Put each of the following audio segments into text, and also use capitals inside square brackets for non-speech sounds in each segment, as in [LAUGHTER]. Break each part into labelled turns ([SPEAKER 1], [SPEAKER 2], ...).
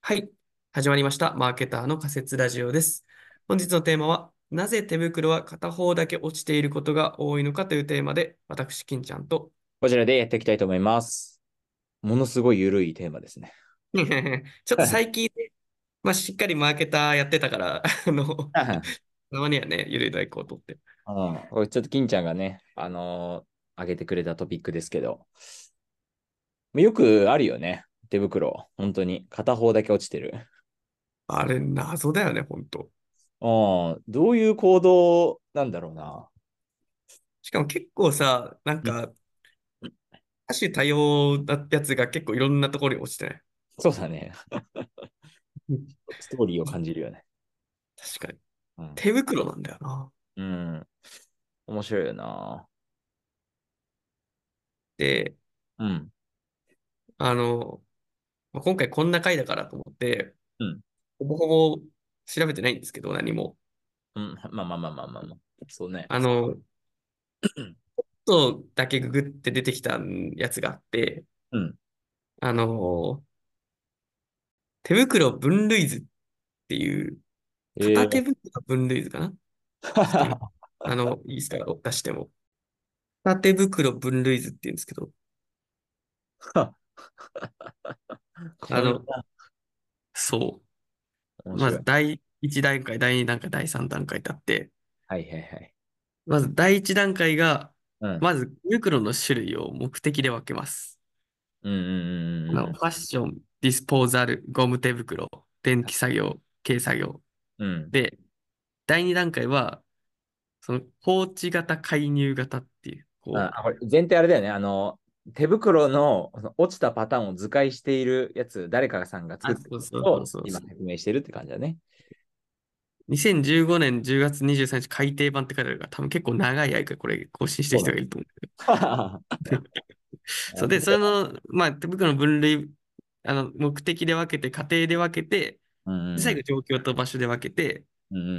[SPEAKER 1] はい。始まりました。マーケターの仮説ラジオです。本日のテーマは、なぜ手袋は片方だけ落ちていることが多いのかというテーマで、私、金ちゃんと、 [LAUGHS]
[SPEAKER 2] こちらでやっていきたいと思います。ものすごい緩いテーマですね。
[SPEAKER 1] ちょっと最近ね、まあ、しっかりマーケターやってたから、 [LAUGHS] あの、たまにはね、ゆるい大行とって。
[SPEAKER 2] うんこれちょっと金ちゃんがね、あのー、上げてくれたトピックですけど、よくあるよね、手袋。本当に。片方だけ落ちてる。
[SPEAKER 1] あれ、謎だよね、ほんと。
[SPEAKER 2] うんどういう行動なんだろうな。
[SPEAKER 1] しかも結構さ、なんか、多種多様なやつが結構いろんなところに落ちてない。
[SPEAKER 2] そうだね。 [LAUGHS] ストーリーを感じるよね。
[SPEAKER 1] 確かに。
[SPEAKER 2] うん
[SPEAKER 1] 手袋なんだよな。
[SPEAKER 2] うん。面白いよな。
[SPEAKER 1] で、
[SPEAKER 2] うん。
[SPEAKER 1] あの、まあ今回こんな回だからと思って、
[SPEAKER 2] うん
[SPEAKER 1] ほぼほぼ調べてないんですけど、何も。
[SPEAKER 2] うん。まあまあまあまあまあまあ。そうね。
[SPEAKER 1] あの、ちょっとだけググって出てきたやつがあって、
[SPEAKER 2] うん
[SPEAKER 1] あの、手袋分類図っていう、
[SPEAKER 2] えー
[SPEAKER 1] 片手袋分類図かな、
[SPEAKER 2] [LAUGHS] は
[SPEAKER 1] あの、いいですか出しても。片手袋分類図って言うんですけど、あのそ
[SPEAKER 2] 面
[SPEAKER 1] う。ま
[SPEAKER 2] 白い
[SPEAKER 1] ず第1段階、第2段階、第3段階ってあって、
[SPEAKER 2] はいはいはい。
[SPEAKER 1] まず第1段階が、
[SPEAKER 2] うん。
[SPEAKER 1] まず手袋の種類を目的で分けます。
[SPEAKER 2] うんうんうん
[SPEAKER 1] あのファッション、ディスポーザル、ゴム手袋、電気作業、軽作業。
[SPEAKER 2] うんうん。
[SPEAKER 1] で、第2段階は、その放置型、介入型っていう、こう、
[SPEAKER 2] ああこれ前提あれだよね。あの、手袋のその落ちたパターンを図解しているやつ、誰かさんが作ってる
[SPEAKER 1] あ
[SPEAKER 2] や
[SPEAKER 1] そう
[SPEAKER 2] つ
[SPEAKER 1] そうそう
[SPEAKER 2] を
[SPEAKER 1] そう
[SPEAKER 2] 今説明してるって感じだね。
[SPEAKER 1] 2015年10月23日改訂版って書いてあるから、多分結構長い間これ更新してる人がいると思う。 [LAUGHS] そうで、それの、まあ、手袋の分類、あの、目的で分けて、家庭で分けて、
[SPEAKER 2] うんうん
[SPEAKER 1] 最後状況と場所で分けて、
[SPEAKER 2] うんうんう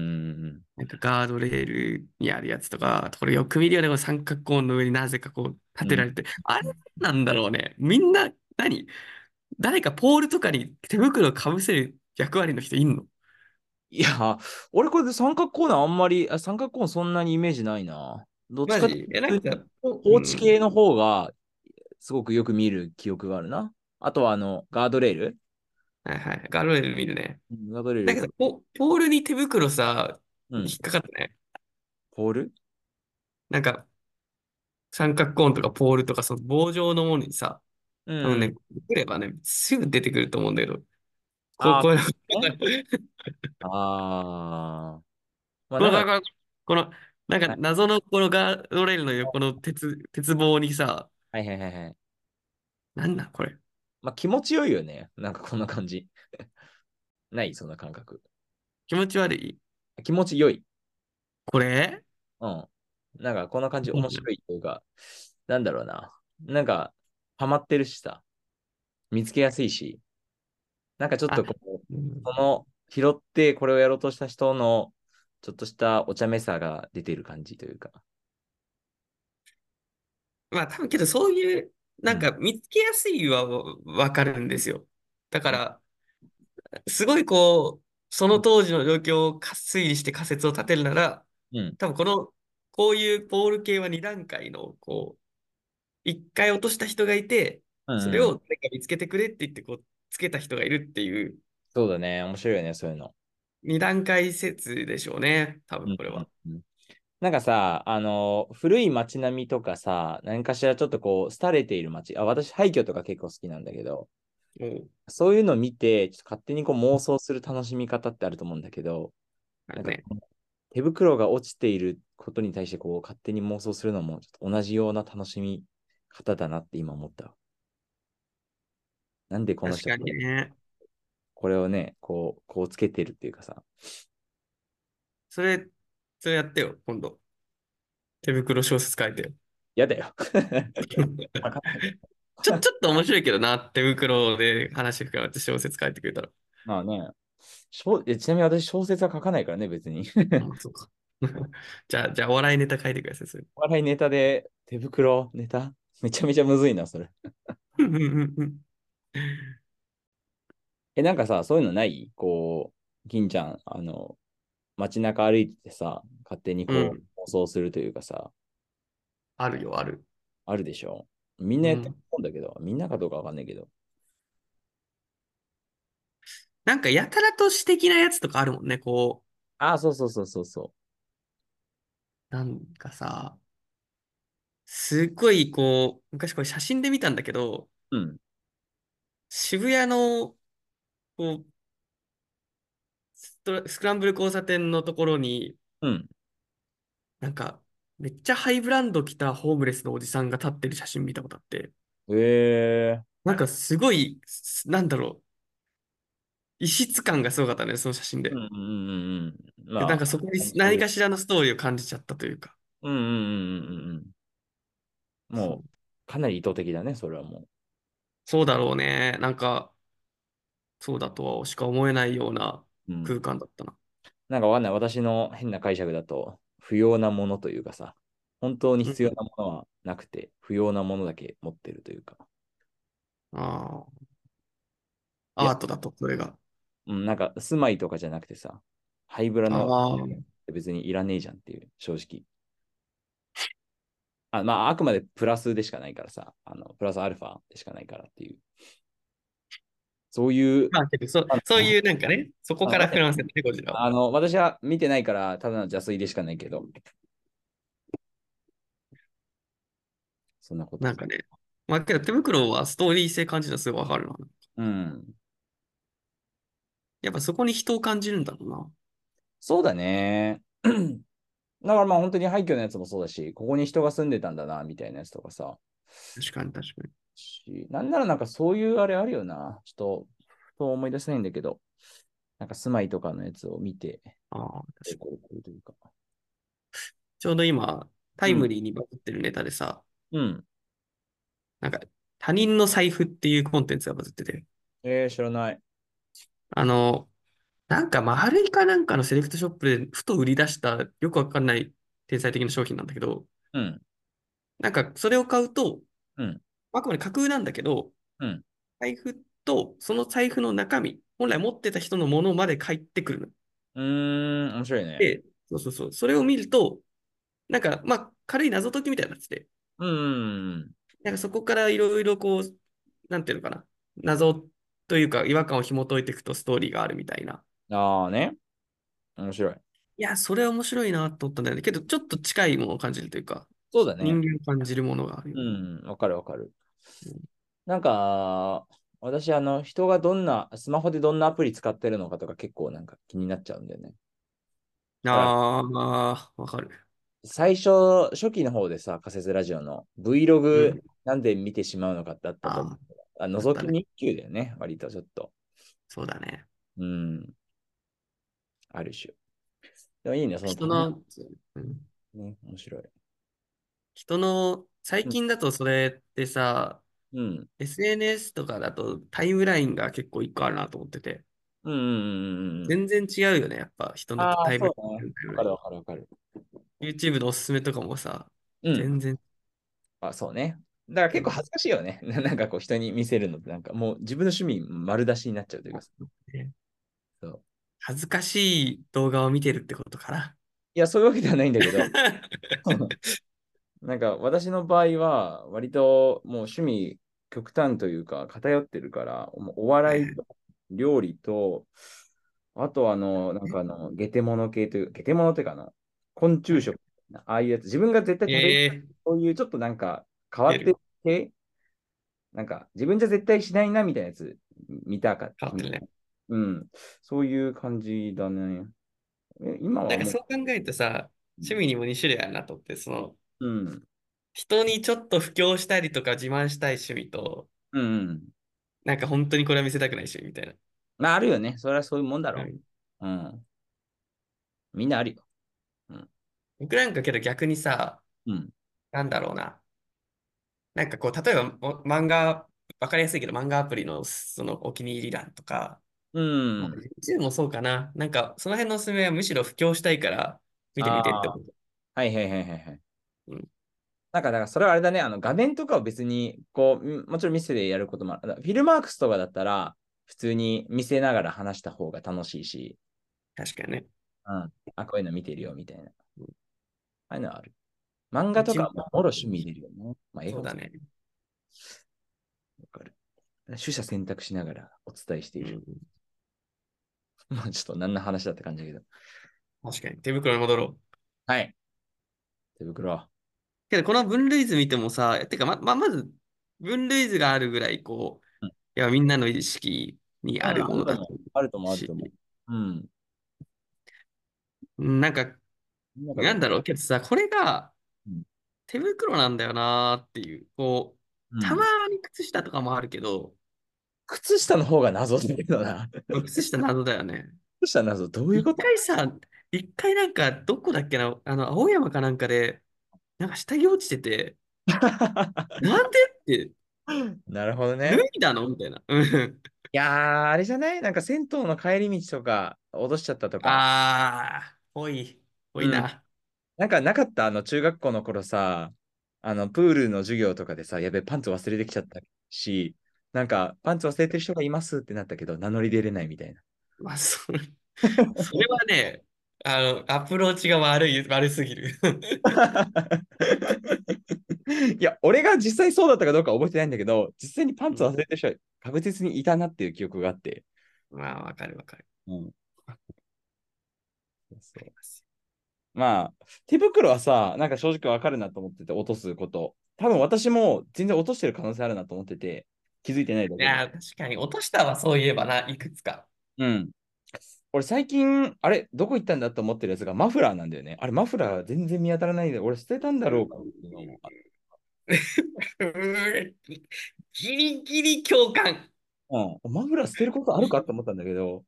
[SPEAKER 2] ん
[SPEAKER 1] なんかガードレールにあるやつとか、あとこれよく見るよね、この三角コーンの上になぜかこう立てられて、あれなんだろうね。みんな、何誰かポールとかに手袋かぶせる役割の人いんの
[SPEAKER 2] いや、俺これで三角コーナーあんまり、あ三角コーンそんなにイメージないな。どっち
[SPEAKER 1] マ
[SPEAKER 2] かって
[SPEAKER 1] ジえ、な
[SPEAKER 2] いうと
[SPEAKER 1] んか、
[SPEAKER 2] 放置系の方がすごくよく見る記憶があるな。あとはあの、ガードレール
[SPEAKER 1] はいはい、ガードレール見るね。
[SPEAKER 2] ガードレール。
[SPEAKER 1] だけど、ポポールに手袋さ、
[SPEAKER 2] うん
[SPEAKER 1] 引っかかってね。
[SPEAKER 2] ポール
[SPEAKER 1] なんか、三角コーンとかポールとか、その棒状のものにさ、
[SPEAKER 2] う
[SPEAKER 1] あのね、
[SPEAKER 2] ん。
[SPEAKER 1] 来ればね、すぐ出てくると思うんだけど、こう、
[SPEAKER 2] あー
[SPEAKER 1] こういうの、
[SPEAKER 2] ああ。ま
[SPEAKER 1] こ
[SPEAKER 2] あ、な
[SPEAKER 1] の、
[SPEAKER 2] んか
[SPEAKER 1] この、なんか謎のこのガードレールの横の鉄、鉄棒にさ、
[SPEAKER 2] はいはいはいはい。
[SPEAKER 1] なんなんこれ。
[SPEAKER 2] まあ、気持ちよいよね。なんかこんな感じ。 [LAUGHS] ない、そんな感覚。
[SPEAKER 1] 気持ち悪い
[SPEAKER 2] 気持ちよい。
[SPEAKER 1] これ
[SPEAKER 2] うん。なんかこんな感じ
[SPEAKER 1] うん
[SPEAKER 2] 面白いというか、なんだろうな。なんか、ハマってるしさ。見つけやすいし。なんかちょっとこう、この、拾ってこれをやろうとした人の、ちょっとしたお茶目さが出てる感じというか。
[SPEAKER 1] まあ多分けどそういう、なんか見つけやすいはわわかるんですよ。だから、すごいこう、その当時の状況を推理して仮説を立てるなら、
[SPEAKER 2] うん。
[SPEAKER 1] 多分この、こういうポール系は2段階の、こう、1回落とした人がいて、それ
[SPEAKER 2] うん
[SPEAKER 1] を誰か見つけてくれって言って、こう、つけた人がいるっていう、
[SPEAKER 2] そうだね。面白いよね、そういうの。
[SPEAKER 1] 二段階説でしょうね、多分これは。
[SPEAKER 2] うんうんうん。なんかさ、あの、古い街並みとかさ、何かしらちょっとこう、廃れている街、あ、私、廃墟とか結構好きなんだけど、
[SPEAKER 1] も
[SPEAKER 2] そういうの見て、ちょっと勝手にこう妄想する楽しみ方ってあると思うんだけど、
[SPEAKER 1] う、
[SPEAKER 2] なんか
[SPEAKER 1] ね、
[SPEAKER 2] 手袋が落ちていることに対してこう、勝手に妄想するのも、ちょっと同じような楽しみ方だなって今思ったわ。なんでこの
[SPEAKER 1] 確か、
[SPEAKER 2] 人
[SPEAKER 1] にね。
[SPEAKER 2] これをね、こう、こうつけてるっていうかさ、
[SPEAKER 1] それ、それやってよ、今度。手袋小説書いてよ。 [LAUGHS]
[SPEAKER 2] 嫌だよ。
[SPEAKER 1] ちょ、ちょっと面白いけどな、手袋で話膨らまって小説書いてくれたら。
[SPEAKER 2] [LAUGHS] まあね、しょうえちなみに私、小説は書かないからね、別に。 [LAUGHS]
[SPEAKER 1] あそうか [LAUGHS] じゃあ、じゃあ、お笑いネタ書いてください、それ。
[SPEAKER 2] お笑いネタで手袋ネタめちゃめちゃむずいな、それ。
[SPEAKER 1] うんうんうんうん
[SPEAKER 2] え、え、なんかさ、そういうのないこう、金ちゃん、あの、街中歩いててさ、勝手にこ
[SPEAKER 1] う
[SPEAKER 2] う、
[SPEAKER 1] ん。
[SPEAKER 2] 放送するというかさ、
[SPEAKER 1] あるよ、ある。
[SPEAKER 2] あるでしょみん
[SPEAKER 1] う
[SPEAKER 2] なやってる
[SPEAKER 1] ん。
[SPEAKER 2] と思うんだけど、みんなかどうかわかんないけど。
[SPEAKER 1] なんか、やたらと私的なやつとかあるもんね、こ、
[SPEAKER 2] ああ、そうそうそうそうそう
[SPEAKER 1] なんかさ、すっごい、こう、昔これ写真で見たんだけど、
[SPEAKER 2] う。うん。
[SPEAKER 1] 渋谷の、こう、ストスクランブル交差点のところに、
[SPEAKER 2] うん。
[SPEAKER 1] なんか、めっちゃハイブランド着たホームレスのおじさんが立ってる写真見たことあって、
[SPEAKER 2] ええ
[SPEAKER 1] なんかすごい、すなんだろう、異質感がすごかったね、その写真
[SPEAKER 2] う
[SPEAKER 1] で。
[SPEAKER 2] んうんうんうん。
[SPEAKER 1] でなん
[SPEAKER 2] ま
[SPEAKER 1] かそこに
[SPEAKER 2] あ、そう
[SPEAKER 1] 何
[SPEAKER 2] いう。
[SPEAKER 1] かしらのストーリーを感じちゃったというか。
[SPEAKER 2] うんうんうんうんうん。
[SPEAKER 1] そ
[SPEAKER 2] も
[SPEAKER 1] う、
[SPEAKER 2] う、かなり意図的だね、それはも
[SPEAKER 1] そうだろうね。なんか、そうだとはしか思えないような
[SPEAKER 2] う。うん。
[SPEAKER 1] 空間だったな。
[SPEAKER 2] なんかわかんない。私の変な解釈だと、不要なものというかさ、本当に
[SPEAKER 1] うん
[SPEAKER 2] 必要なものはなくて、不要なものだけ持ってるというか。
[SPEAKER 1] あ
[SPEAKER 2] い
[SPEAKER 1] あ、ア
[SPEAKER 2] や、
[SPEAKER 1] ートだと、それが。
[SPEAKER 2] うんなんか住まいとかじゃなくてさ、ハイブラの
[SPEAKER 1] ああ、
[SPEAKER 2] 別にいらねえじゃんっていう、正直。あ、まあ、あくまでプラスでしかないからさ、あの、プラスアルファでしかないからっていう、そういう、
[SPEAKER 1] まあ、けど、そ、
[SPEAKER 2] あ
[SPEAKER 1] そう
[SPEAKER 2] の、
[SPEAKER 1] いうなんかね、そこ
[SPEAKER 2] あ
[SPEAKER 1] か
[SPEAKER 2] わ
[SPEAKER 1] ら
[SPEAKER 2] か
[SPEAKER 1] 膨
[SPEAKER 2] んない
[SPEAKER 1] らませてね、ゴジラは。
[SPEAKER 2] あの私は見てないから、ただの邪推でしかないけど、そんなこと
[SPEAKER 1] なん
[SPEAKER 2] で
[SPEAKER 1] か
[SPEAKER 2] す。
[SPEAKER 1] ね。まあ、けど、手袋はストーリー性感じるのすごいわかるな。
[SPEAKER 2] うん。
[SPEAKER 1] やっぱそこに人を感じるんだろうな。
[SPEAKER 2] そうだね。 [CLEARS THROAT] だからまあ本当に廃墟のやつもそうだし、ここに人が住んでたんだな、みたいなやつとかさ。
[SPEAKER 1] 確かに、確かに。
[SPEAKER 2] し、なんならなんかそういうあれあるよな。ちょっと、そう思い出せないんだけど、なんか住まいとかのやつを見て、
[SPEAKER 1] ああ、確か
[SPEAKER 2] え
[SPEAKER 1] に。
[SPEAKER 2] こうこうというか。
[SPEAKER 1] ちょうど今、タ
[SPEAKER 2] う
[SPEAKER 1] イ
[SPEAKER 2] ん、
[SPEAKER 1] ムリーにバズってるネタでさ、
[SPEAKER 2] うん。
[SPEAKER 1] なんか、他人の財布っていうコンテンツがバズってて、
[SPEAKER 2] えー、知らない。
[SPEAKER 1] あの、なんか、丸いかなんかのセレクトショップでふと売り出したよくわかんない天才的な商品なんだけど、
[SPEAKER 2] うん、
[SPEAKER 1] なんか、それを買うと、
[SPEAKER 2] うん、
[SPEAKER 1] あくまで架空なんだけど、
[SPEAKER 2] うん。
[SPEAKER 1] 財布と、その財布の中身、本来持ってた人のものまで返ってくるの。
[SPEAKER 2] うーん、面白いね。
[SPEAKER 1] で、そうそうそう、それを見ると、なんか、まあ、軽い謎解きみたいになってて、
[SPEAKER 2] うん、うん、
[SPEAKER 1] なんかそこからいろいろこう、なんていうのかな、謎というか違和感を紐解いていくとストーリーがあるみたいな。
[SPEAKER 2] うん。ああね、面白い。
[SPEAKER 1] いや、それは面白いなと思ったんだよね。けど、ちょっと近いものを感じるというか、
[SPEAKER 2] そうだ
[SPEAKER 1] 人
[SPEAKER 2] ね。
[SPEAKER 1] 間を感じるものがあるよ
[SPEAKER 2] う
[SPEAKER 1] ね。
[SPEAKER 2] ん、わかるわかる。
[SPEAKER 1] うん
[SPEAKER 2] なんか、私、あの、人がどんな、スマホでどんなアプリ使ってるのかとか結構なんか気になっちゃうんだよね。だから、
[SPEAKER 1] ああ、わかる。
[SPEAKER 2] 最初、初期の方でさ、仮説ラジオの
[SPEAKER 1] う
[SPEAKER 2] Vlog
[SPEAKER 1] ん。
[SPEAKER 2] なんで見てしまうのかってあったと思
[SPEAKER 1] あ
[SPEAKER 2] うけど。あ、
[SPEAKER 1] あ、あっ
[SPEAKER 2] 覗
[SPEAKER 1] た
[SPEAKER 2] き
[SPEAKER 1] ね。
[SPEAKER 2] 日給だよね、割とちょっと。
[SPEAKER 1] そうだね。
[SPEAKER 2] うん、ある種。でもいいね、その
[SPEAKER 1] 人
[SPEAKER 2] 他人
[SPEAKER 1] の、うん
[SPEAKER 2] ね、面白い。
[SPEAKER 1] 人の、最
[SPEAKER 2] うん、
[SPEAKER 1] 近だとそれってさ、
[SPEAKER 2] うん、
[SPEAKER 1] SNS とかだとタイムラインが結構一個あるなと思ってて、
[SPEAKER 2] うん、うん、うん。
[SPEAKER 1] 全然違うよね、やっぱ人の
[SPEAKER 2] ああ
[SPEAKER 1] タ
[SPEAKER 2] ー、
[SPEAKER 1] イム
[SPEAKER 2] そ
[SPEAKER 1] ラ
[SPEAKER 2] う
[SPEAKER 1] イ
[SPEAKER 2] ね。
[SPEAKER 1] ンとタイ
[SPEAKER 2] わ
[SPEAKER 1] ムラ
[SPEAKER 2] か
[SPEAKER 1] イン。
[SPEAKER 2] るわかるわかる。
[SPEAKER 1] YouTube のおすすめとかもさ、
[SPEAKER 2] うん。
[SPEAKER 1] 全然、
[SPEAKER 2] あ、そうね。だから
[SPEAKER 1] う
[SPEAKER 2] 結構
[SPEAKER 1] ん、
[SPEAKER 2] 恥ずかしいよね。 [LAUGHS] ななんかこう人に見せるのって、なんかもう自分の趣味丸出しになっちゃうというかさ。
[SPEAKER 1] ね
[SPEAKER 2] そう。
[SPEAKER 1] 恥ずかしい動画を見てるってことかな。
[SPEAKER 2] いや、そういうわけではないんだけど、 [LAUGHS] なんか私の場合は、割ともう趣味極端というか、偏ってるから、もうお笑い
[SPEAKER 1] ね
[SPEAKER 2] と料理と、あとあの、なんかあの、ゲテモノ系という、ゲテモノというかあの、昆
[SPEAKER 1] は
[SPEAKER 2] 虫
[SPEAKER 1] い
[SPEAKER 2] 食、ああいうやつ、自分が絶対食べる、
[SPEAKER 1] ええ
[SPEAKER 2] そういうちょっとなんか変わ
[SPEAKER 1] 出
[SPEAKER 2] ってる
[SPEAKER 1] る。
[SPEAKER 2] 系、なんか自分じゃ絶対しないなみたいなやつ見たかっ
[SPEAKER 1] 変わっ
[SPEAKER 2] た。
[SPEAKER 1] てるね。
[SPEAKER 2] うん、そういう感じだね。え今は
[SPEAKER 1] なんか
[SPEAKER 2] も
[SPEAKER 1] そう考えるとさ、
[SPEAKER 2] う、
[SPEAKER 1] 趣味にも2種類あるなと思って、その、
[SPEAKER 2] うん、
[SPEAKER 1] 人にちょっと布教したりとか自慢したい趣味と、
[SPEAKER 2] うん、
[SPEAKER 1] なんか本当にこれは見せたくない趣味みたいな。
[SPEAKER 2] まあ、あるよね。それはそういうもんだ
[SPEAKER 1] う
[SPEAKER 2] ろ
[SPEAKER 1] ん
[SPEAKER 2] う。うん。みんなあるよ。うん。
[SPEAKER 1] 僕なんかけど逆にさ、
[SPEAKER 2] うん。
[SPEAKER 1] なんだろうな。なんかこう、例えばお漫画、わかりやすいけど漫画アプリのそのお気に入り欄とか、
[SPEAKER 2] う
[SPEAKER 1] まあ、
[SPEAKER 2] ん。
[SPEAKER 1] YouTube もそうかな。なんか、その辺のおすすめはむしろ布教したいから、見て
[SPEAKER 2] あ
[SPEAKER 1] 見てって
[SPEAKER 2] あ。
[SPEAKER 1] こと。
[SPEAKER 2] はいはいはいはいはい。
[SPEAKER 1] うん。
[SPEAKER 2] なんか、だからそれはあれだね。あの、画面とかを別に、こう、んもちろん見せてやることもある。あのフィルマークスとかだったら、普通に見せながら話した方が楽しいし、
[SPEAKER 1] 確かにね。
[SPEAKER 2] うん、あ、こういうの見てるよみたいな。ああいうのはある。漫画とかももろ趣味入れるよね。まあ、映画
[SPEAKER 1] そう
[SPEAKER 2] も
[SPEAKER 1] だね。
[SPEAKER 2] わかる。取捨選択しながらお伝えしている。 [LAUGHS] まあちょっと何の話だって感じだけど。
[SPEAKER 1] 確かに。手袋に戻ろう。
[SPEAKER 2] はい。手袋。
[SPEAKER 1] けど、この分類図見てもさ、てか、ま、ま、まず、分類図があるぐらい、こう、
[SPEAKER 2] うん
[SPEAKER 1] いや、みんなの意識にあるものだと思
[SPEAKER 2] あるともあ
[SPEAKER 1] う
[SPEAKER 2] る
[SPEAKER 1] し
[SPEAKER 2] とも。うん。
[SPEAKER 1] うんなんか、なんだ
[SPEAKER 2] ろ
[SPEAKER 1] ろう、けどさ、これが
[SPEAKER 2] うん、
[SPEAKER 1] 手袋なんだよなーっていう、こ
[SPEAKER 2] う
[SPEAKER 1] う、
[SPEAKER 2] ん
[SPEAKER 1] たまに靴下とかもあるけ [LAUGHS] ど、
[SPEAKER 2] 靴下の方が謎だけどな。
[SPEAKER 1] 靴下謎だよね。
[SPEAKER 2] [LAUGHS] 靴下謎どういう
[SPEAKER 1] 一
[SPEAKER 2] こと [LAUGHS]
[SPEAKER 1] 回さ、一回なんか、どこだっけな、あの、青山かなんかで、なんか下着落ちて [LAUGHS] て、なんでって、
[SPEAKER 2] なるほど
[SPEAKER 1] 脱
[SPEAKER 2] ね。
[SPEAKER 1] いだのみたいな。うん
[SPEAKER 2] いやー、あれじゃないなんか銭湯の帰り道とか、落としちゃったとか。
[SPEAKER 1] ああ、ぽい、ぽいな。
[SPEAKER 2] なんかなかったあの、中学校の頃さ、あの、プールの授業とかでさ、やべえ、パンツ忘れてきちゃったし、なんか、パンツ忘れてる人がいますってなったけど、名乗り出れないみたいな。 [LAUGHS]
[SPEAKER 1] まあ、それ、それはね、あの、アプローチが悪い、悪すぎる。 [LAUGHS]
[SPEAKER 2] いや、俺が実際そうだったかどうかは覚えてないんだけど、実際にパンツ忘れてる人は確実にいたなっていう記憶があって。
[SPEAKER 1] まあ、わかるわかる。
[SPEAKER 2] うんそうそ
[SPEAKER 1] わか
[SPEAKER 2] う
[SPEAKER 1] ります
[SPEAKER 2] まあ、手袋はさ、なんか正直わかるなと思ってて、落とすこと。多分私も全然落としてる可能性あるなと思ってて、気づいてないだ
[SPEAKER 1] い
[SPEAKER 2] けで。
[SPEAKER 1] やー、確かに、落としたはそういえばな、いくつか。
[SPEAKER 2] うん。俺最近、あれ、どこ行ったんだと思ってるやつがマフラーなんだよね。あれ、マフラー全然見当たらないで、俺捨てたんだろ
[SPEAKER 1] [LAUGHS]
[SPEAKER 2] うかっていうのもある
[SPEAKER 1] うーギリギリ共感。
[SPEAKER 2] うん。マフラー捨てることあるかと思ったんだけど。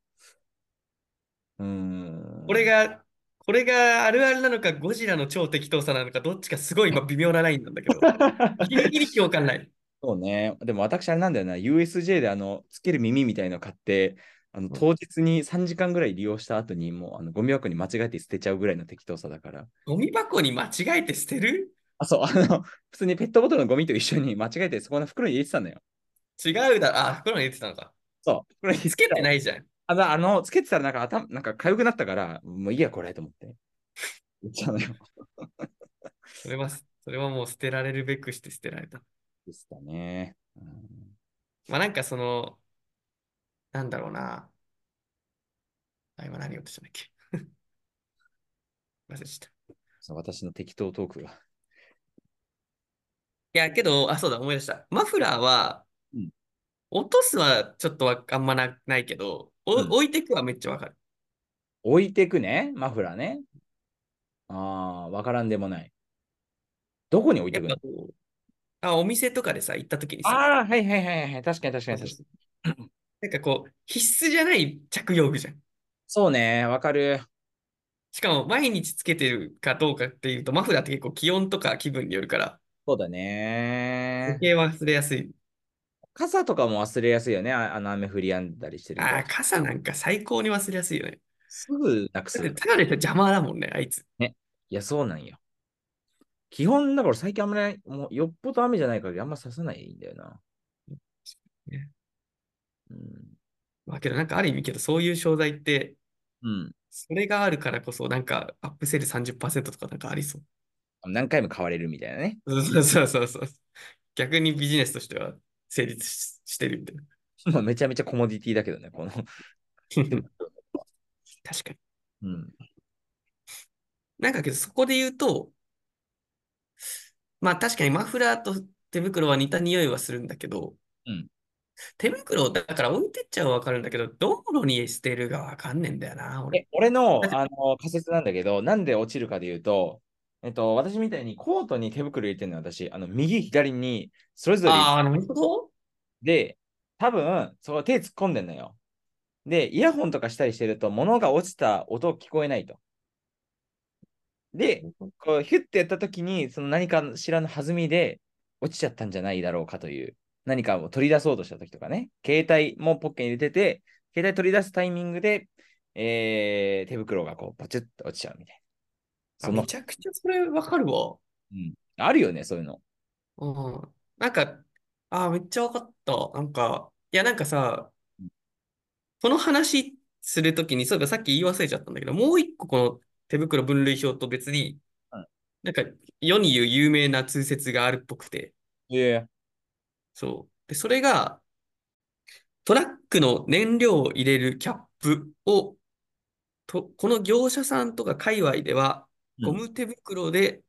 [SPEAKER 2] うーん。
[SPEAKER 1] これが、これがあるあるなのか、ゴジラの超適当さなのか、どっちかすごい今微妙なラインなんだけ [LAUGHS] ど、ギリギリ共感ない。
[SPEAKER 2] [LAUGHS] そうね。でも私、あれなんだよな。USJ であの、つける耳みたいの買って、あの当日に3時間ぐらい利用した後に、もうあのゴミ箱に間違えて捨てちゃうぐらいの適当さだから。
[SPEAKER 1] ゴミ箱に間違えて捨てる
[SPEAKER 2] あ、そう、あの、普通にペットボトルのゴミと一緒に間違えて、そこの袋に入れてたんだよ。
[SPEAKER 1] 違うだろ。あ、袋に入れてたのか。
[SPEAKER 2] そう、袋に入れ
[SPEAKER 1] つけて
[SPEAKER 2] い
[SPEAKER 1] ないじゃん。
[SPEAKER 2] あの、あのつけてたらなんか頭、なんか痒くなったから、もういいや、これ、と思って。言っちゃうのよ。
[SPEAKER 1] それは、それはもう捨てられるべくして捨てられた。
[SPEAKER 2] でしたね。うん
[SPEAKER 1] まあなんかその、なんだろうな。あ、今何言おうとしたんだっけ。 [LAUGHS] 忘れちゃった。
[SPEAKER 2] そう私の適当トークが。
[SPEAKER 1] いや、けど、あ、そうだ、思い出した。マフラーは
[SPEAKER 2] うん、
[SPEAKER 1] 落とすはちょっとはあんまな、ないけど、お
[SPEAKER 2] うん
[SPEAKER 1] 置いてくはめっちゃわかる。
[SPEAKER 2] 置いてくね、マフラーね。ああ、わからんでもない。どこに置い
[SPEAKER 1] や
[SPEAKER 2] て
[SPEAKER 1] っ
[SPEAKER 2] く
[SPEAKER 1] ぱ
[SPEAKER 2] の
[SPEAKER 1] こう、あ、お店とかでさ、行った時にさ、
[SPEAKER 2] ああ、はいはいはいはい。確かに確かに確かに。
[SPEAKER 1] なんかこう、必須じゃない着用具じゃん。
[SPEAKER 2] そうね、わかる。
[SPEAKER 1] しかも、毎日つけてるかどうかっていうと、マフラーって結構気温とか気分によるから、
[SPEAKER 2] そうだね
[SPEAKER 1] 余。計忘れやすい。
[SPEAKER 2] 傘とかも忘れやすいよね。ああの雨降りやんだりしてると
[SPEAKER 1] ああ、傘なんか最高に忘れやすいよね。
[SPEAKER 2] すぐなくす
[SPEAKER 1] だっ
[SPEAKER 2] か
[SPEAKER 1] て、
[SPEAKER 2] ら。
[SPEAKER 1] ただ
[SPEAKER 2] い
[SPEAKER 1] でさ邪魔だもんね、あいつ。
[SPEAKER 2] や、そうなんよ。基本、だから最近あんまり、もうよっぽど雨じゃないから、あんま刺さないんだよな。
[SPEAKER 1] ね
[SPEAKER 2] うん。
[SPEAKER 1] まあ、けど、なんかある意味けど、そういう商材って、
[SPEAKER 2] うん。
[SPEAKER 1] それがあるからこそ、なんか、アップセール30%とかなんかありそう。
[SPEAKER 2] 何回も買われるみたいなね。 [LAUGHS]
[SPEAKER 1] そうそうそうそう。逆にビジネスとしては成立し、してるみたいな。
[SPEAKER 2] まあ、めちゃめちゃコモディティだけどね、この。
[SPEAKER 1] [LAUGHS] 確かに。
[SPEAKER 2] うん。
[SPEAKER 1] なんかけど、そこで言うと、まあ確かにマフラーと手袋は似た匂いはするんだけど、
[SPEAKER 2] うん
[SPEAKER 1] 手袋をだから置いてっちゃうはわかるんだけど、道路に捨てるがわかんねえんだよな、俺。
[SPEAKER 2] え俺のあの仮説なんだけど、なんで落ちるかで言うと、えっと、私みたいにコートに手袋入れてるの私、あの右、左にそれぞれ
[SPEAKER 1] ああ、なるほど。
[SPEAKER 2] で、多分その手突っ込んでんのよ。で、イヤホンとかしたりしてると、物が落ちた音聞こえないと。で、こうヒュッてやった時に、その何かしらの弾みで落ちちゃったんじゃないだろうかという、何かを取り出そうとした時とかね、携帯もポッケに入れてて、携帯取り出すタイミングで、えー手袋がこう、ポチュッと落ちちゃうみたい
[SPEAKER 1] あ
[SPEAKER 2] な。その
[SPEAKER 1] めちゃくちゃそれわかるわ。
[SPEAKER 2] うん、あるよね、そういうの。
[SPEAKER 1] うん。なんか、ああ、めっちゃわかった。なんか、いや、なんかさ、この話するときに、そういえばさっき言い忘れちゃったんだけど、もう一個この手袋分類表と別に
[SPEAKER 2] うん、
[SPEAKER 1] なんか世に言う有名な通説があるっぽくて、
[SPEAKER 2] いやいや。
[SPEAKER 1] そう。で、それが、トラックの燃料を入れるキャップを、と、この業者さんとか界隈では、
[SPEAKER 2] うん
[SPEAKER 1] ゴム手袋で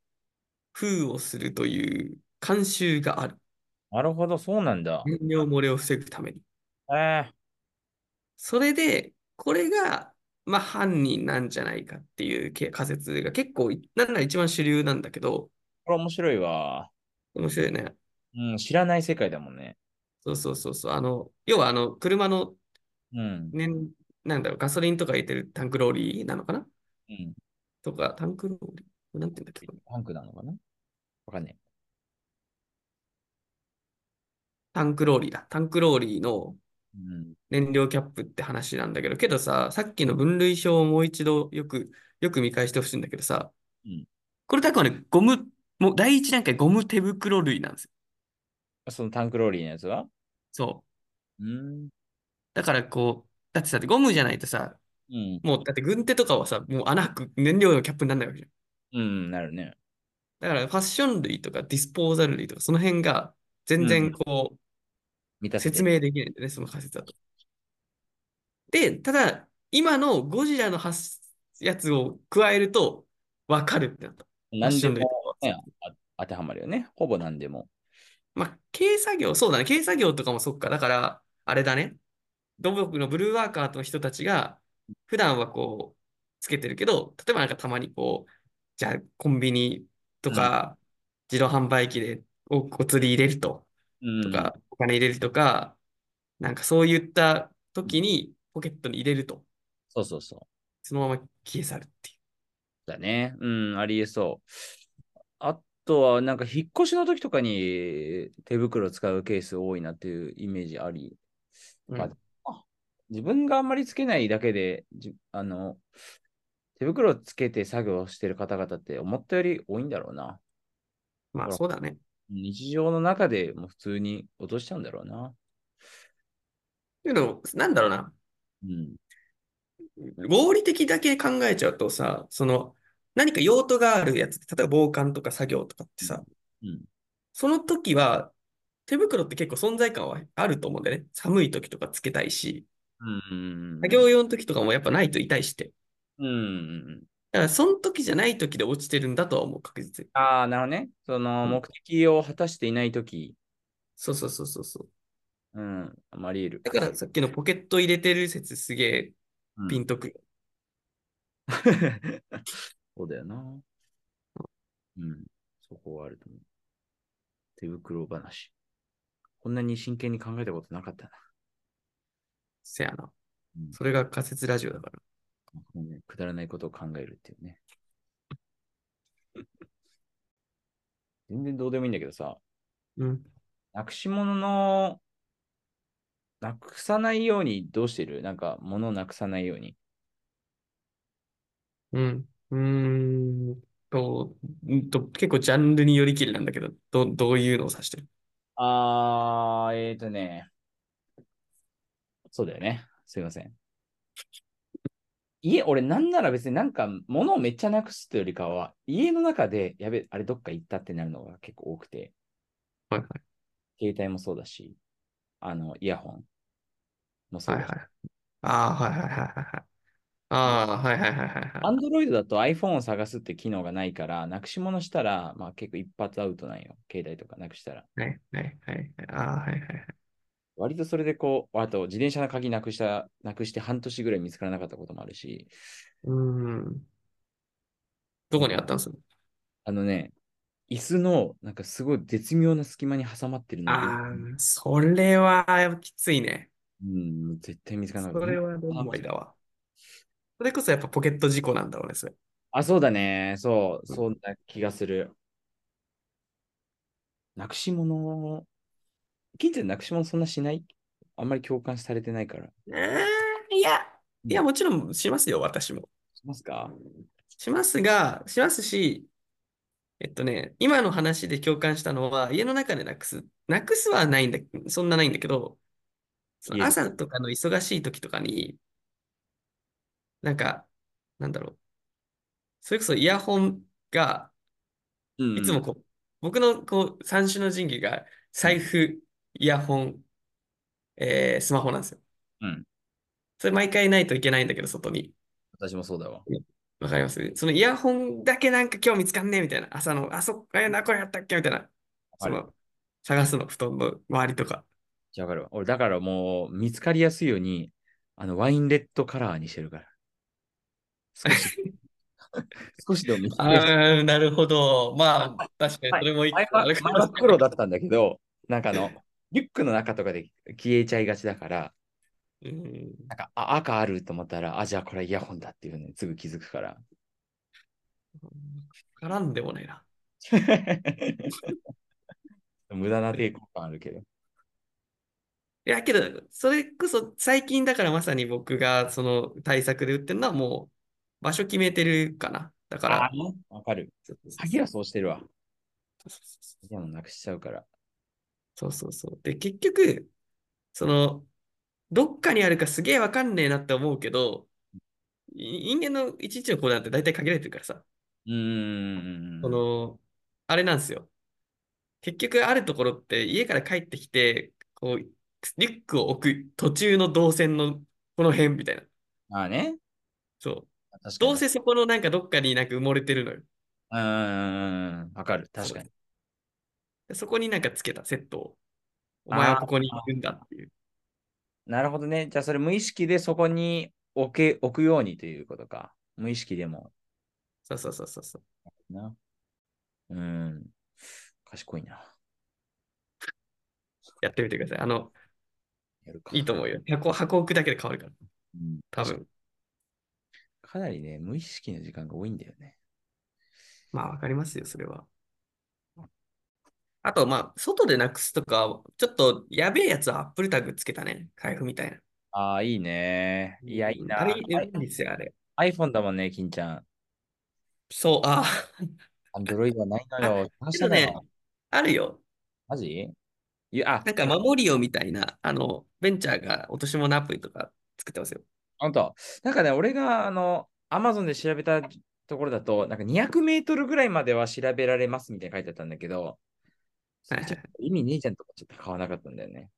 [SPEAKER 1] 封をするという慣習がある。
[SPEAKER 2] なるほど、そうなんだ。
[SPEAKER 1] 燃料漏れを防ぐために。
[SPEAKER 2] え
[SPEAKER 1] それで、これが、まあ、犯人なんじゃないかっていうけ仮説が結構、なんなら一番主流なんだけど、
[SPEAKER 2] これ面白いわ。
[SPEAKER 1] 面白いね。
[SPEAKER 2] うん、知らない世界だもんね。
[SPEAKER 1] そうそうそうそう。あの、要は、あの、車の、
[SPEAKER 2] うん。
[SPEAKER 1] ね、なんだろう、ガソリンとか入れてるタンクローリーなのかな
[SPEAKER 2] うん。
[SPEAKER 1] とか、タンクローリーなんて言うんだっけ
[SPEAKER 2] パンクなのかなわかんない。
[SPEAKER 1] タンクローリーだ。タンクローリーの
[SPEAKER 2] うん。
[SPEAKER 1] 燃料キャップって話なんだけど、けどさ、さっきの分類表をもう一度よく、よく見返してほしいんだけどさ、
[SPEAKER 2] うん
[SPEAKER 1] これとあくまでゴム、もう第一段階ゴム手袋類なんですよ。
[SPEAKER 2] そのタンクローリーのやつは
[SPEAKER 1] そう。
[SPEAKER 2] うん。
[SPEAKER 1] だからこう、だってさ、ゴムじゃないとさ、
[SPEAKER 2] うん。
[SPEAKER 1] もうだって軍手とかはさ、もう穴開く燃料のキャップにならないわけじゃん。
[SPEAKER 2] うん、なるね。
[SPEAKER 1] だからファッション類とかディスポーザル類とか、その辺が全
[SPEAKER 2] う
[SPEAKER 1] 然
[SPEAKER 2] ん
[SPEAKER 1] こう、
[SPEAKER 2] 満たせて
[SPEAKER 1] 説。明できないんだよね、その仮説だと。で、ただ、今のゴジラの発やつを加えると、わかるってなった。ファッ
[SPEAKER 2] 何
[SPEAKER 1] シ
[SPEAKER 2] で
[SPEAKER 1] ョン類
[SPEAKER 2] も
[SPEAKER 1] とかは
[SPEAKER 2] ね、あ当てはまるよね。ほぼ何でも。
[SPEAKER 1] まあ、軽作業、そうだね、軽作業とかもそっか。だから、あれだね。土木のブルーワーカーの人たちが、普段はこう、つけてるけど、例えばなんかたまにこう、じゃあコンビニとか、自動販売機でおお釣り入れると、
[SPEAKER 2] うん
[SPEAKER 1] とか、お金入れるとか、なんかそういった時にポケットに入れると、
[SPEAKER 2] そうそうそう。
[SPEAKER 1] そのまま消え去るっていう。
[SPEAKER 2] だね。うん、ありえそう。あとは、なんか引っ越しの時とかに手袋使うケース多いなっていうイメージあり。
[SPEAKER 1] うん
[SPEAKER 2] あ自分があんまりつけないだけで、じあの、手袋つけて作業してる方々って思ったより多いんだろうな。
[SPEAKER 1] まあ、そうだね。
[SPEAKER 2] 日常の中でもう普通に落としちゃうんだろうな。
[SPEAKER 1] けど、なんだろうな。
[SPEAKER 2] うん。
[SPEAKER 1] 合理的だけ考えちゃうとさ、その何か用途があるやつ、例えば防寒とか作業とかってさ、
[SPEAKER 2] うん。
[SPEAKER 1] その時は手袋って結構存在感はあると思うんだよね。寒い時とかつけたいし、
[SPEAKER 2] うん。
[SPEAKER 1] 作業用の時とかもやっぱないと痛いしって。
[SPEAKER 2] うん。
[SPEAKER 1] だからその時じゃない時で落ちてるんだとは思う、確実に。
[SPEAKER 2] ああ、なるほどね。その
[SPEAKER 1] うん
[SPEAKER 2] 目的を果たしていない時、
[SPEAKER 1] そうそうそうそうそう。
[SPEAKER 2] うん、あまりいる。
[SPEAKER 1] だからさっきのポケット入れてる説すげえ
[SPEAKER 2] うん
[SPEAKER 1] ピンとくる。
[SPEAKER 2] [LAUGHS] そうだよな。うん。そこはあると思う。手袋話。こんなに真剣に考えたことなかったな。
[SPEAKER 1] せやな
[SPEAKER 2] うん。
[SPEAKER 1] それが仮説ラジオだから。
[SPEAKER 2] このねくだらないことを考えるっ
[SPEAKER 1] [LAUGHS]
[SPEAKER 2] ていうね。全然どうでもいいんだけどさ、
[SPEAKER 1] うん。
[SPEAKER 2] なくし物の、なくさないようにどうしてるなんか、物をなくさないように。
[SPEAKER 1] うん。うーんと、うんと、結構ジャンルによりきりなんだけど、ど、どういうのを指してる
[SPEAKER 2] あー、えーとね。そうだよね。すいません。家、俺なんなら別になんか物をめっちゃなくすというよりかは、家の中で、やべ、あれどっか行ったってなるのが結構多くて、
[SPEAKER 1] はいはい。
[SPEAKER 2] 携帯もそうだし、あの、イヤホンもそう
[SPEAKER 1] はい
[SPEAKER 2] だ
[SPEAKER 1] は
[SPEAKER 2] し。
[SPEAKER 1] い。ああ、はいはいはいはいはい。ああ、はいはいはいはい
[SPEAKER 2] ア
[SPEAKER 1] はい。
[SPEAKER 2] ンドロイドだと iPhone を探すって機能がないから、なくし物したら、まあ結構一発アウトなんよ。携帯とかなくしたら。
[SPEAKER 1] はいはいはい。ああ、はいはいはい。
[SPEAKER 2] 割とそれでこう、あと自転車の鍵なくした、なくして半年ぐらい見つからなかったこともあるし、
[SPEAKER 1] うーん。どこにあったんす
[SPEAKER 2] あのね、椅子のなんかすごい絶妙な隙間に挟まってるので、
[SPEAKER 1] ああ、それはきついね。
[SPEAKER 2] うん、もう絶対見つからなか
[SPEAKER 1] そ
[SPEAKER 2] った。
[SPEAKER 1] れはどんまいだわ。それこそやっぱポケット事故なんだろうね、それ。
[SPEAKER 2] あ、そうだね。そう、そんな気がする。なくし物、近所でなくし物そんなしないあんまり共感されてないから。
[SPEAKER 1] うんいや、いや、もちろんしますよ、私も。
[SPEAKER 2] しますか
[SPEAKER 1] しますが、しますし、えっとね、今の話で共感したのは、家の中でなくす、なくすはないんだ、そんなないんだけど、その朝とかの忙しい時とかに、なんか、なんだろう。それこそイヤホンが、
[SPEAKER 2] うん
[SPEAKER 1] いつもこう、僕のこう、三種の神器が、財布、イヤホン、えースマホなんですよ。
[SPEAKER 2] うん
[SPEAKER 1] それ毎回ないといけないんだけど、外に。
[SPEAKER 2] 私もそうだわ。
[SPEAKER 1] わかりますそのイヤホンだけなんか今日見つかんねえみたいな。朝の、あそこやな、これやったっけみたいな。その、探すの、布団の周りとか。
[SPEAKER 2] わかるわ。俺、だからもう、見つかりやすいように、あの、ワインレッドカラーにしてるから。少し、
[SPEAKER 1] [LAUGHS]
[SPEAKER 2] 少しでも見つかりやすい。
[SPEAKER 1] ああ、なるほど。まあ、確かに、それもいい
[SPEAKER 2] 前
[SPEAKER 1] か
[SPEAKER 2] は
[SPEAKER 1] もしれない。
[SPEAKER 2] 前は黒だったんだけど、なんかあの、リュックの中とかで消えちゃいがちだから、
[SPEAKER 1] うん
[SPEAKER 2] なんかあ赤あると思ったら、あ、じゃあこれイヤホンだっていうのにすぐ気づくから。 [LAUGHS]
[SPEAKER 1] 絡んでもないな。
[SPEAKER 2] 無駄な抵抗感あるけど。
[SPEAKER 1] いや、けど、それこそ最近だからまさに僕がその対策で売ってるのはもう場所決めてるかな。だから、
[SPEAKER 2] あ、わかる。
[SPEAKER 1] そうそうそう
[SPEAKER 2] 鍵はそうしてるわ。
[SPEAKER 1] そ
[SPEAKER 2] 鍵はもうなくしちゃうから。
[SPEAKER 1] うそうそう。で、結局、その、どっかにあるかすげえわかんねえなって思うけど、い人間の一日の行動なんて大体限られてるからさ、
[SPEAKER 2] うーん。
[SPEAKER 1] その、あれなんですよ。結局あるところって家から帰ってきて、こう、リュックを置く途中の動線のこの辺みたいな。
[SPEAKER 2] まあね。
[SPEAKER 1] そう。
[SPEAKER 2] 確かに。
[SPEAKER 1] どうせそこのなんかどっかになんか埋もれてるのよ。
[SPEAKER 2] うーん。わかる。確かに。
[SPEAKER 1] でそこになんかつけたセットを。お前はここにいるんだっていう。
[SPEAKER 2] なるほどね。じゃあそれ無意識でそこに置け、置くようにということか。無意識でも。
[SPEAKER 1] そうそうそうそうそう。
[SPEAKER 2] な。うーん。賢いな。
[SPEAKER 1] やってみてください。あの、
[SPEAKER 2] やるか。
[SPEAKER 1] いいと思うよ。箱、箱置くだけで変わるから。
[SPEAKER 2] うん
[SPEAKER 1] 多分。
[SPEAKER 2] かなりね、無意識の時間が多いんだよね。
[SPEAKER 1] まあ、わかりますよ、それは。あと、まあ、外でなくすとか、ちょっとやべえやつはアップルタグつけたね。財布みたいな。
[SPEAKER 2] ああ、いいね。いや、いいな。
[SPEAKER 1] あれ、やばいんですよ、あれ。
[SPEAKER 2] iPhone だもんね、金ちゃん。
[SPEAKER 1] そう、ああ。
[SPEAKER 2] Android はないのよ。探し
[SPEAKER 1] けど
[SPEAKER 2] たの
[SPEAKER 1] ね
[SPEAKER 2] よ。、
[SPEAKER 1] あるよ。
[SPEAKER 2] マジいや、あ
[SPEAKER 1] な、んか、守りよみたいな、あの、ベンチャーが落とし物アプリとか作ってますよ。
[SPEAKER 2] ほんと。なんかね、俺が、あの、Amazon で調べたところだと、なんか200メートルぐらいまでは調べられますみたいな書いてあったんだけど、
[SPEAKER 1] はいはいはい
[SPEAKER 2] 意味ねえじゃんとかちょっと買わなかったんだよね。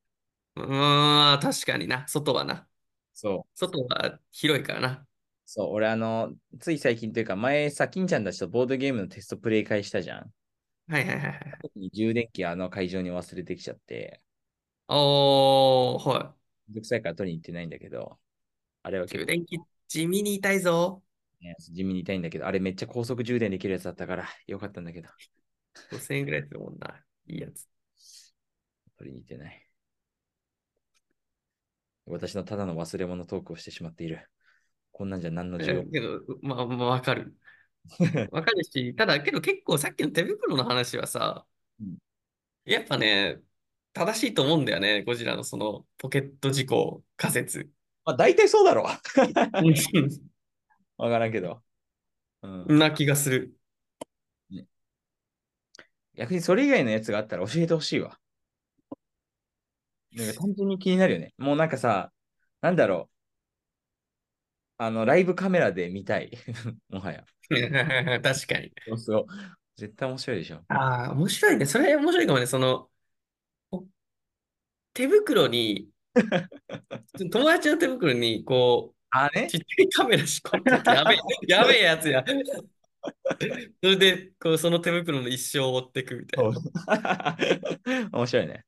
[SPEAKER 1] うーん、確かにな。外はな。
[SPEAKER 2] そう。
[SPEAKER 1] 外は広いからな。
[SPEAKER 2] そう、俺あの、つい最近というか、前さ、金ちゃんたちとボードゲームのテストプレイ会したじゃん。
[SPEAKER 1] はいはいはいはい。
[SPEAKER 2] 特に充電器あの会場に忘れてきちゃって、
[SPEAKER 1] おー、は。
[SPEAKER 2] めんどくさいから取りに行ってないんだけど、あれはい結
[SPEAKER 1] 充
[SPEAKER 2] 構、
[SPEAKER 1] 電器、地味に痛いぞ。
[SPEAKER 2] ね、地味に痛いんだけど、あれめっちゃ高速充電できるやつだったから、よかったんだけど、
[SPEAKER 1] 5000円ぐらいするもんな。いいやつ。
[SPEAKER 2] 取りに行ってない。私のただの忘れ物トークをしてしまっている。こんなんじゃ何の需要も
[SPEAKER 1] けど、まあ、まあ、わかる。わかるし、ただ、けど結構さっきの手袋の話はさ
[SPEAKER 2] うん、
[SPEAKER 1] やっぱね、正しいと思うんだよね。ゴジラのそのポケット事故仮
[SPEAKER 2] [LAUGHS]
[SPEAKER 1] 説。 [LAUGHS]
[SPEAKER 2] まあ大体そうだろう。 [LAUGHS] わからんけど。うん
[SPEAKER 1] な気がする。 [LAUGHS]
[SPEAKER 2] 逆にそれ以外のやつがあったら教えてほしいわ。なんか単純に気になるよね。もうなんかさ、なんだろう。あの、ライブカメラで見たい。 [LAUGHS] もはや。
[SPEAKER 1] 確かに。
[SPEAKER 2] そうそう。絶対面白いでしょ。
[SPEAKER 1] ああ、面白いね。それ面白いかもね。その、お手袋 [LAUGHS] に、友達の手袋に、こ [LAUGHS]
[SPEAKER 2] あ
[SPEAKER 1] う、
[SPEAKER 2] ね
[SPEAKER 1] ちっちゃいカメラ仕込んでて、やべえ、やべえやつや。 [LAUGHS] それで、こう、その手袋の一生を追っていくみたいな。
[SPEAKER 2] [LAUGHS] 面白いね。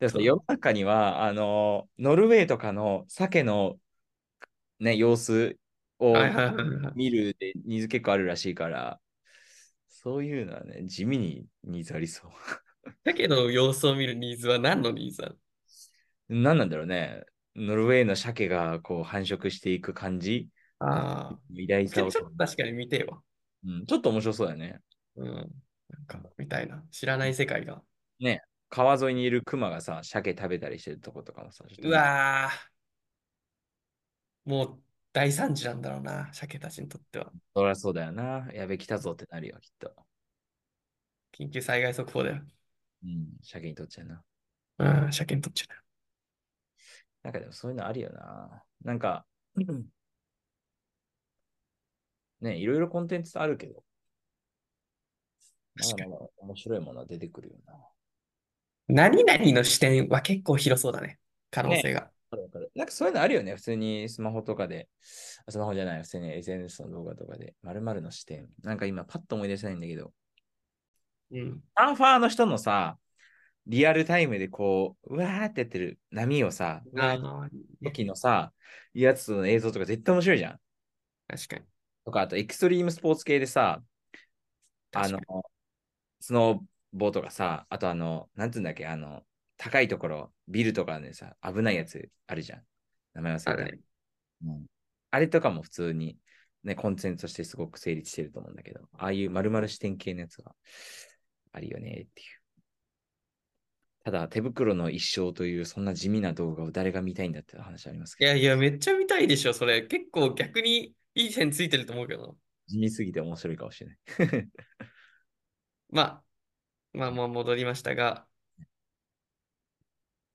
[SPEAKER 2] でもさ、世の中には、あの、ノルウェーとかの鮭の、ね、様子を
[SPEAKER 1] はいはいはいはい。
[SPEAKER 2] 見るで、ニーズ結構あるらしいから、そういうのはね、地味にニーズありそう。
[SPEAKER 1] だけど、様子を見るニーズは何のニーズなの
[SPEAKER 2] 何なんだろうね。ノルウェーの鮭がこう繁殖していく感じ、
[SPEAKER 1] ああ。
[SPEAKER 2] 偉大
[SPEAKER 1] ち
[SPEAKER 2] さ
[SPEAKER 1] ょ
[SPEAKER 2] を
[SPEAKER 1] っと確かに見てえわ。
[SPEAKER 2] うん。ちょっと面白そうだよね。
[SPEAKER 1] うん。なんか、みたいな。知らない世界が。
[SPEAKER 2] 川沿いにいるクマがさ、鮭食べたりしてるとことかもさ、ちょっと
[SPEAKER 1] うわあ。もう、大惨事なんだろうな。鮭たちにとっては。
[SPEAKER 2] そりゃそうだよな。やべ、来たぞってなるよ、きっと。
[SPEAKER 1] 緊急災害速報だよ。
[SPEAKER 2] うん、鮭にとっちゃうな。
[SPEAKER 1] うん、車検取っちゃ
[SPEAKER 2] なんかでもそういうのあるよな。なんか、うんね、いろいろコンテンツあるけど、ま
[SPEAKER 1] 確か
[SPEAKER 2] だまだ面白いものは出てくるよな。
[SPEAKER 1] に。何々の視点は結構広そうだね。可能性が。
[SPEAKER 2] わかるわかるなんかそういうのあるよね、普通にスマホとかで、あスマホじゃない、普通に SNS の動画とかで、〇〇の視点。なんか今パッと思い出せないんだけど、
[SPEAKER 1] うん。
[SPEAKER 2] アンファーの人のさ、リアルタイムでこう、うわーってやってる波をさ、うわー
[SPEAKER 1] あ
[SPEAKER 2] って
[SPEAKER 1] あ、
[SPEAKER 2] 時のさ、やつの映像とか絶対面白いじゃん。
[SPEAKER 1] 確かに。
[SPEAKER 2] とか、あとエクストリームスポーツ系でさ、あ
[SPEAKER 1] 確か
[SPEAKER 2] の
[SPEAKER 1] に。、
[SPEAKER 2] スノーボーとかさ、あとあの、なんていうんだっけ、あの、高いところ、ビルとかでさ、危ないやつあるじゃん。名前忘れた。
[SPEAKER 1] あるね
[SPEAKER 2] うんあれとかも普通に、ね、コンテンツとしてすごく成立してると思うんだけど、ああいう丸々視点系のやつがあるよねっていう。ただ、手袋の一生というそんな地味な動画を誰が見たいんだっていう話あります
[SPEAKER 1] い
[SPEAKER 2] けど、
[SPEAKER 1] やいや、めっちゃ見たいでしょ、それ。結構逆にいい線ついてると思うけど。
[SPEAKER 2] 地味すぎて面白いかもしれない。
[SPEAKER 1] まあ、まあ、もう戻りましたが。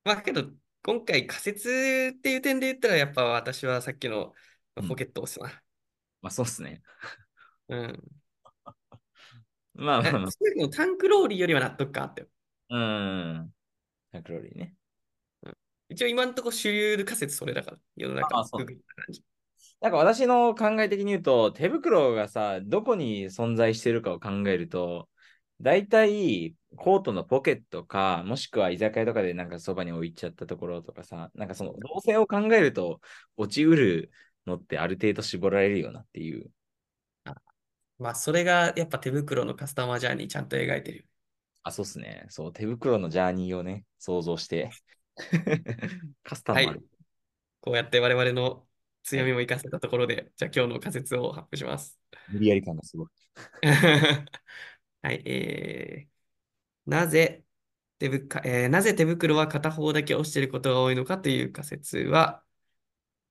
[SPEAKER 1] まあ、けど、今回仮説っていう点で言ったら、やっぱ私はさっきの
[SPEAKER 2] うん
[SPEAKER 1] ポケットを押すな。
[SPEAKER 2] まあそうっすね。
[SPEAKER 1] うん。
[SPEAKER 2] まあまあま
[SPEAKER 1] えそういうのタンクローリーよりは納得感あって。
[SPEAKER 2] あ。うん。タクローリーね。
[SPEAKER 1] 一応今のところ主流仮説それだから。世の中の
[SPEAKER 2] ああそう
[SPEAKER 1] ググった感じ。
[SPEAKER 2] なんか私の考え的に言うと、手袋がさ、どこに存在してるかを考えると、大体、コートのポケットか、もしくは居酒屋とかでなんかそばに置いちゃったところとかさ、なんかその動線を考えると、落ちうるのってある程度絞られるよなっていう。
[SPEAKER 1] まあ、それがやっぱ手袋のカスタマージャーニーちゃんと描いてるよ。
[SPEAKER 2] あ、そうっすね。そう、手袋のジャーニーをね、想像 [LAUGHS] して。カスタマー、
[SPEAKER 1] はいこうやって我々の強みも生かせたところで、じゃあ今日の仮説を発表します。
[SPEAKER 2] 無理やり感がすごい。
[SPEAKER 1] [LAUGHS] はい、えー、なぜ手ぶか、えーなぜ手袋は片方だけ落ちていることが多いのかという仮説は、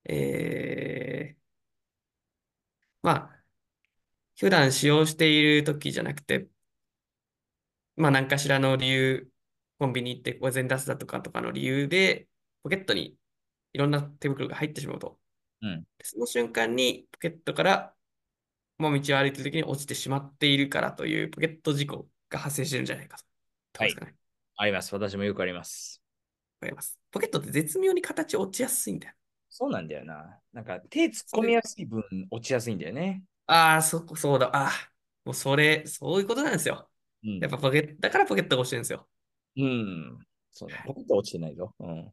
[SPEAKER 1] えー、まあ、普段使用している時じゃなくて、まあ、何かしらの理由、コンビニ行って午前出すだとかとかの理由で、ポケットにいろんな手袋が入ってしまうと。
[SPEAKER 2] うん
[SPEAKER 1] でその瞬間にポケットから、まあ、道を歩いてる時に落ちてしまっているからというポケット事故が発生してるんじゃないかと。
[SPEAKER 2] はい
[SPEAKER 1] どうですかね
[SPEAKER 2] あります。私もよくあります。
[SPEAKER 1] わかります。ポケットって絶妙に形落ちやすいんだよ。
[SPEAKER 2] そうなんだよな。なんか手突っ込みやすい分落ちやすいんだよね。
[SPEAKER 1] ああ、そこ、そうだ。ああ、もうそれ、そういうことなんですよ。
[SPEAKER 2] うん。
[SPEAKER 1] やっぱポケット、だからポケットが落ちてるんですよ。
[SPEAKER 2] うん。そうね。ポケット落ちてないぞ。うん。
[SPEAKER 1] ポ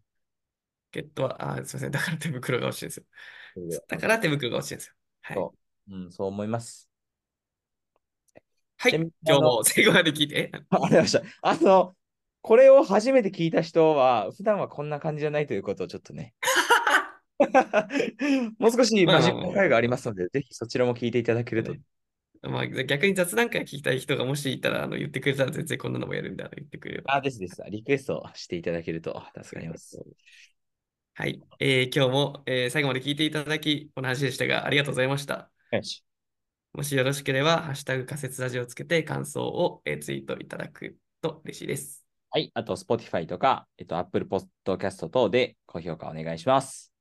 [SPEAKER 1] ケットは、あーすいません。だから手袋が落ちてるんですよ。
[SPEAKER 2] それで
[SPEAKER 1] だから手袋が落ちてるんですよ。はい。
[SPEAKER 2] そうん、そう思います。 [LAUGHS]
[SPEAKER 1] はい。
[SPEAKER 2] ちなみに
[SPEAKER 1] 今日
[SPEAKER 2] あの
[SPEAKER 1] も最後まで聞いて。 [LAUGHS]
[SPEAKER 2] あありがとうございました。あの、これを初めて聞いた人は、普段はこんな感じじゃないということをちょっとね。 [LAUGHS] もう少し真
[SPEAKER 1] まあ
[SPEAKER 2] 面目な回がありますので、ぜひそちらも聞いていただけると。
[SPEAKER 1] まあ、逆に雑談会聞きたい人がもしいたら、あの、言ってくれたら全然こんなのもやるんで、あの言ってくれれば。
[SPEAKER 2] あ、ですです。リクエストしていただけると助かります。
[SPEAKER 1] はい。えー今日も、えー最後まで聞いていただき、この話でしたが、ありがとうございました。
[SPEAKER 2] よし。
[SPEAKER 1] もしよろしければ、ハッシュタグ仮説ラジオをつけて感想を、えーツイートいただくと嬉しいです。
[SPEAKER 2] はい。あと、Spotify とか、えっと、Apple Podcast 等で高評価お願いします。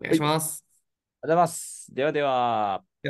[SPEAKER 1] お願いします。
[SPEAKER 2] ありがとうございます。ではでは。